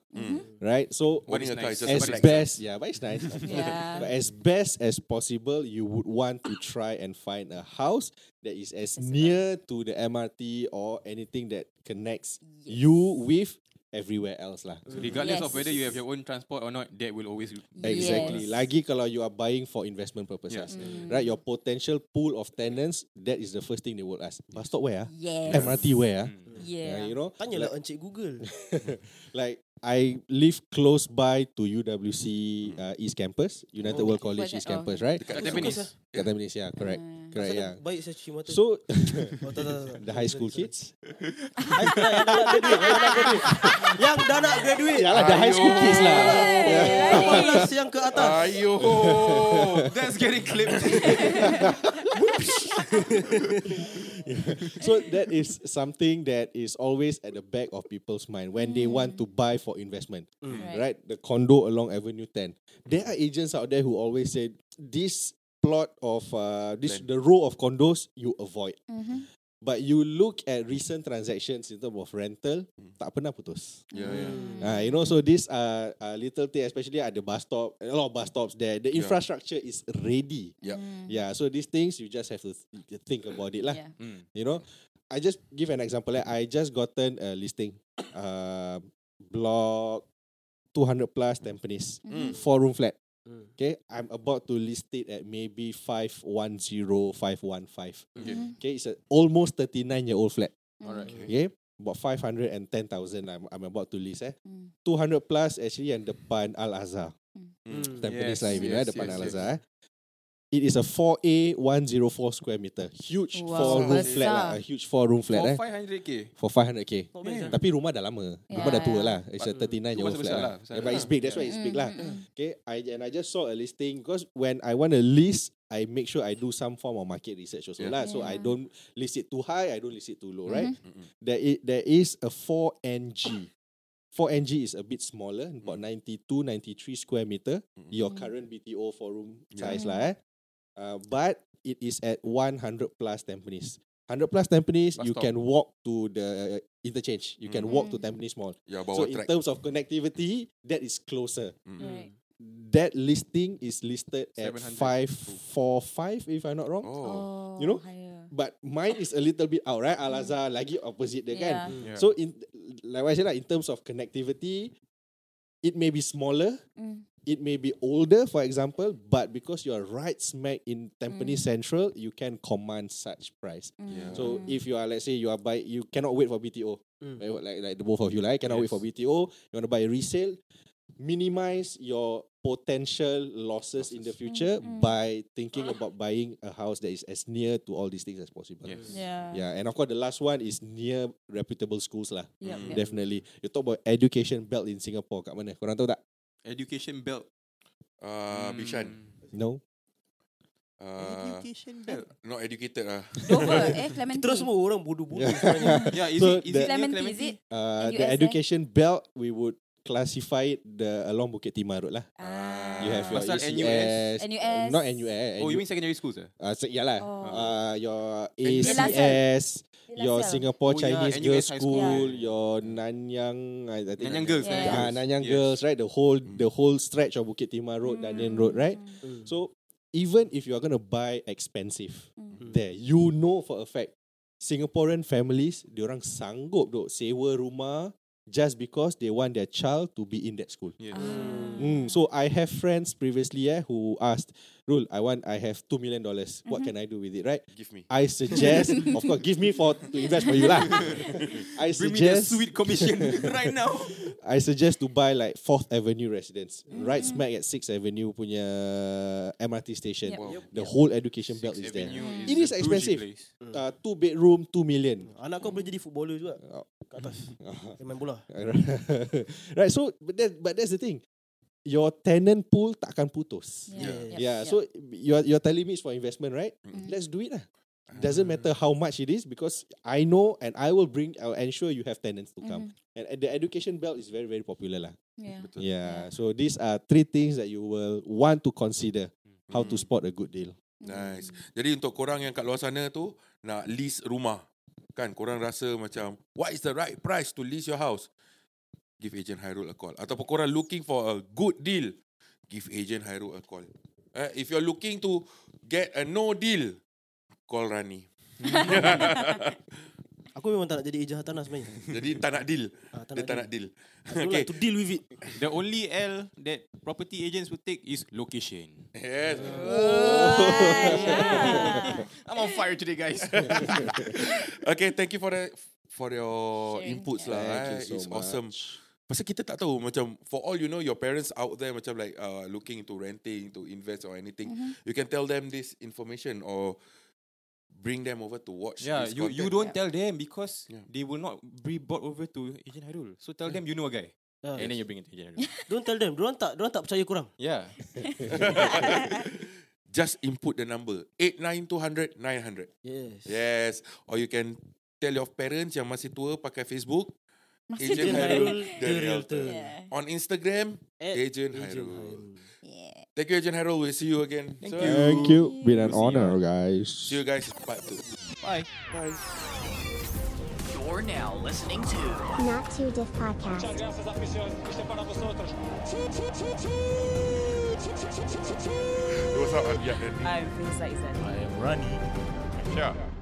S9: right? So
S5: Owning a car is just a
S9: as
S5: flex.
S9: best, yeah, but it's nice.
S7: Yeah.
S9: But as best as possible, you would want to try and find a house that is as near to the MRT or anything that connects you with everywhere else lah.
S4: So regardless
S7: Yes.
S4: of whether you have your own transport or not, that will always
S7: Yes. Mm.
S9: Exactly. Lagi kalau you are buying for investment purposes, right? Your potential pool of tenants, that is the first thing they will ask. Bus stop where? ah?
S7: Yes.
S9: MRT where? ah?
S7: Yeah.
S9: Yeah, you know,
S6: Tanyalah lah Encik Google.
S9: like I live close by to UWC uh, East Campus, United World College
S7: Where's
S9: East
S7: that? Oh.
S9: Campus, right?
S4: Kat Tampines.
S9: Kat Tampines, yeah, correct, correct, yeah.
S6: Baik saya cuci mata.
S9: So
S6: Oh, tak, tak, tak, tak.
S9: the high school kids,
S6: High school yang dah nak graduate. Yang dah nak graduate. Yang dah nak graduate.
S9: yeah, lah, the high school kids lah.
S6: Kelas yang ke atas.
S4: Ayo, that's getting clipped.
S9: So that is something that is always at the back of people's mind when they want to buy for investment,
S7: Right.
S9: Mm.
S6: Mm.
S9: right. The condo along Avenue 10. There are agents out there who always say this plot of uh, this the row of condos you avoid. But you look at recent transactions in terms of rental,
S6: Mm.
S9: tak pernah putus.
S5: Yeah, yeah.
S9: Ah, you know, so these are uh, little thing, especially at the bus stop, a lot of bus stops there. The infrastructure is ready.
S5: Yeah.
S9: Yeah, so these things you just have to th- think about it lah.
S7: Yeah.
S9: You know, I just give an example. eh. I just gotten a listing, uh, block 200 plus Tampines, four room flat. Okay, I'm about to list it at maybe 510, 515.
S5: Okay.
S9: Okay, it's a almost 39 year old flat.
S4: Alright.
S9: Okay, about 510,000 I'm, I'm about to list. Eh. 200 plus actually yang depan Al-Azhar.
S5: Mm.
S4: Hmm, Yes,
S9: Tampines lah, if you know, eh,
S4: yes,
S9: depan
S4: yes,
S9: Al
S4: yes.
S9: Azhar. eh. It is a 4A104 square meter. Huge
S7: Wow,
S9: four room
S7: besar.
S9: flat lah. A huge four room flat
S4: For
S9: eh.
S4: 500k.
S9: For 500k.
S6: Not bad,
S9: Tapi rumah dah lama. rumah
S7: Yeah,
S9: dah
S7: yeah.
S9: tua lah. It's a 39 year old
S4: Rumah
S9: flat
S4: besar
S9: lah.
S4: lah, besar
S9: Yeah, but
S4: lah.
S9: it's big. That's why it's big lah. Okay. I, and I just saw a listing because when I want to list, I make sure I do some form of market research also
S5: Yeah.
S9: lah. So I don't list it too high. I don't list it too low, right? There is, there is a 4NG. 4NG is a bit smaller, about
S5: Mm.
S9: 92, 93 square meter. Your current BTO four room size lah eh. Uh, but it is at 100 plus Tampines. 100 plus Tampines,
S5: Bus
S9: you
S5: stop.
S9: can walk to the uh, interchange. You can walk to Tampines Mall.
S5: Ya, bawa
S9: so in
S5: track.
S9: terms of connectivity, that is closer. Hmm.
S7: Right.
S9: That listing is listed at
S4: 700.
S9: 545 if I'm not wrong.
S5: Oh.
S9: You know?
S7: higher.
S9: But mine is a little bit out, right? Al Azhar lagi opposite dia kan.
S7: Yeah.
S5: Ya.
S4: Yeah.
S9: So in like what I said lah, in terms of connectivity, it may be smaller,
S7: Mm.
S9: it may be older, for example, but because you are right smack in Tampines Central, you can command such price.
S5: Yeah.
S9: So if you are, let's say, you are buy, you cannot wait for BTO, like, what- like like the both of you, like cannot wait for BTO. You want to buy a resale, minimize your potential losses in the future by thinking about buying a house that is as near to all these things as possible.
S5: Yes.
S7: Yeah.
S9: Yeah, and of course the last one is near reputable schools lah.
S7: Yup, yup.
S9: Definitely. You talk about education belt in Singapore kat mana? Korang tahu tak?
S4: Education belt. Hmm.
S5: Uh, Bishan.
S9: No. Mm.
S5: Uh,
S4: Education belt.
S5: not educated lah.
S7: Dover, eh, Clementi.
S6: Kita semua orang bodoh-bodoh.
S4: yeah, is it
S9: So
S4: is
S9: the-
S4: it near
S7: Clementi, is it?
S9: Uh,
S7: In
S9: the
S7: USA?
S9: education belt we would classify it the along Bukit Timah Road lah.
S7: Ah.
S9: You have your
S4: Pasal
S9: ECS,
S4: NUS?
S9: uh, not NUS.
S4: Oh, you mean secondary schools? Eh?
S9: uh, so, yeah lah.
S7: Oh.
S9: Uh, your
S5: Lasal.
S9: ACS, your
S7: Lasal.
S9: Singapore
S4: Oh, yeah,
S9: Chinese
S4: NUS
S9: Girls
S4: High
S9: School,
S7: School.
S9: your Nanyang, I, I think
S4: Nanyang girls. eh?
S7: Yeah.
S9: Ah, Nanyang
S4: Yes. Mm.
S9: Girls, right? The whole the whole stretch of Bukit Timah Road, Dunedin Road, right? So even if you are gonna buy expensive there, you know for a fact Singaporean families diorang sanggup dok sewa rumah just because they want their child to be in that school.
S4: Yes.
S9: Mm, so I have friends previously eh, who asked, Rule, I want I have two million dollars. What can I do with it, right?
S5: Give me.
S9: I suggest, of course, give me for to invest for you lah. I
S4: Bring me that
S9: suggest
S4: sweet commission right now.
S9: I suggest to buy like Fourth Avenue residence,
S4: Mm.
S9: right smack at Sixth Avenue punya MRT station.
S7: Yep.
S5: Wow.
S9: The whole education belt is there.
S4: Avenue
S9: It is
S4: a bougie
S9: expensive.
S4: place.
S9: Uh, two bedroom, two million.
S6: Anak kau boleh jadi footballer juga.
S9: Oh.
S6: Kat atas. Dia main bola.
S9: right. So, but that, but that's the thing. Your tenant pool takkan putus.
S7: Yeah.
S9: Yeah.
S7: Yep, yep.
S9: So you're you're telling me it's for investment, right?
S4: Mm.
S9: Let's do it lah. Doesn't matter how much it is because I know and I will bring. I'll ensure you have tenants to come. And, and the education belt is very very popular lah.
S7: yeah.
S9: Mm-hmm. Yeah. So these are three things that you will want to consider how to
S5: Mm-hmm.
S9: spot a good deal.
S5: Nice. Jadi untuk korang yang kat luar sana tu nak lease rumah, kan korang rasa macam what is the right price to lease your house? Give agent Hairul a call. Ataupun korang looking for a good deal, give agent Hairul a call. Eh, if you're looking to get a no deal, call Rani.
S6: Aku memang tak nak jadi ejen hartanah sebenarnya.
S5: Jadi tak nak deal.
S6: Ah, tak
S5: Dia
S6: nak
S5: tak nak deal.
S6: Aku like to deal with it.
S4: The only L that property agents would take is location.
S5: Yes.
S6: Oh.
S5: Oh.
S4: I'm on fire today, guys.
S5: Okay, thank you for the for your
S7: Sharing.
S5: inputs lah.
S9: Thank you
S5: eh.
S9: so
S5: It's awesome.
S9: much.
S5: Pasal kita tak tahu macam for all you know your parents out there macam like uh, looking into renting to invest or anything.
S7: Mm-hmm.
S5: You can tell them this information or bring them over to watch.
S4: yeah,
S5: this
S4: you you
S5: content.
S4: don't tell them because
S5: Yeah.
S4: they will not be brought over to Agent Hairul. So tell them you know a guy.
S6: Ah,
S4: And then you bring it to Agent Hairul.
S6: Don't tell them. Diorang tak, diorang tak percaya korang.
S4: yeah.
S5: just input the number 89200 900.
S6: Yes.
S5: Yes, or you can tell your parents yang masih tua pakai Facebook
S7: Masih
S5: Agent
S6: tua.
S5: Hairul the
S6: The
S5: Realtor.
S6: Realtor.
S7: Yeah.
S5: On Instagram Agent
S6: At Eh, Agent
S5: Hairul.
S6: Hairul.
S7: Yeah.
S5: Thank you, Agent Harold. We'll see you again. Thank
S9: Thank you. Been an honor, guys.
S5: See you guys part two.
S4: Bye.
S8: You're now listening to
S3: Not Too Diff Podcast.
S5: It was not Abiyat and
S7: I feel like that.
S5: Sure.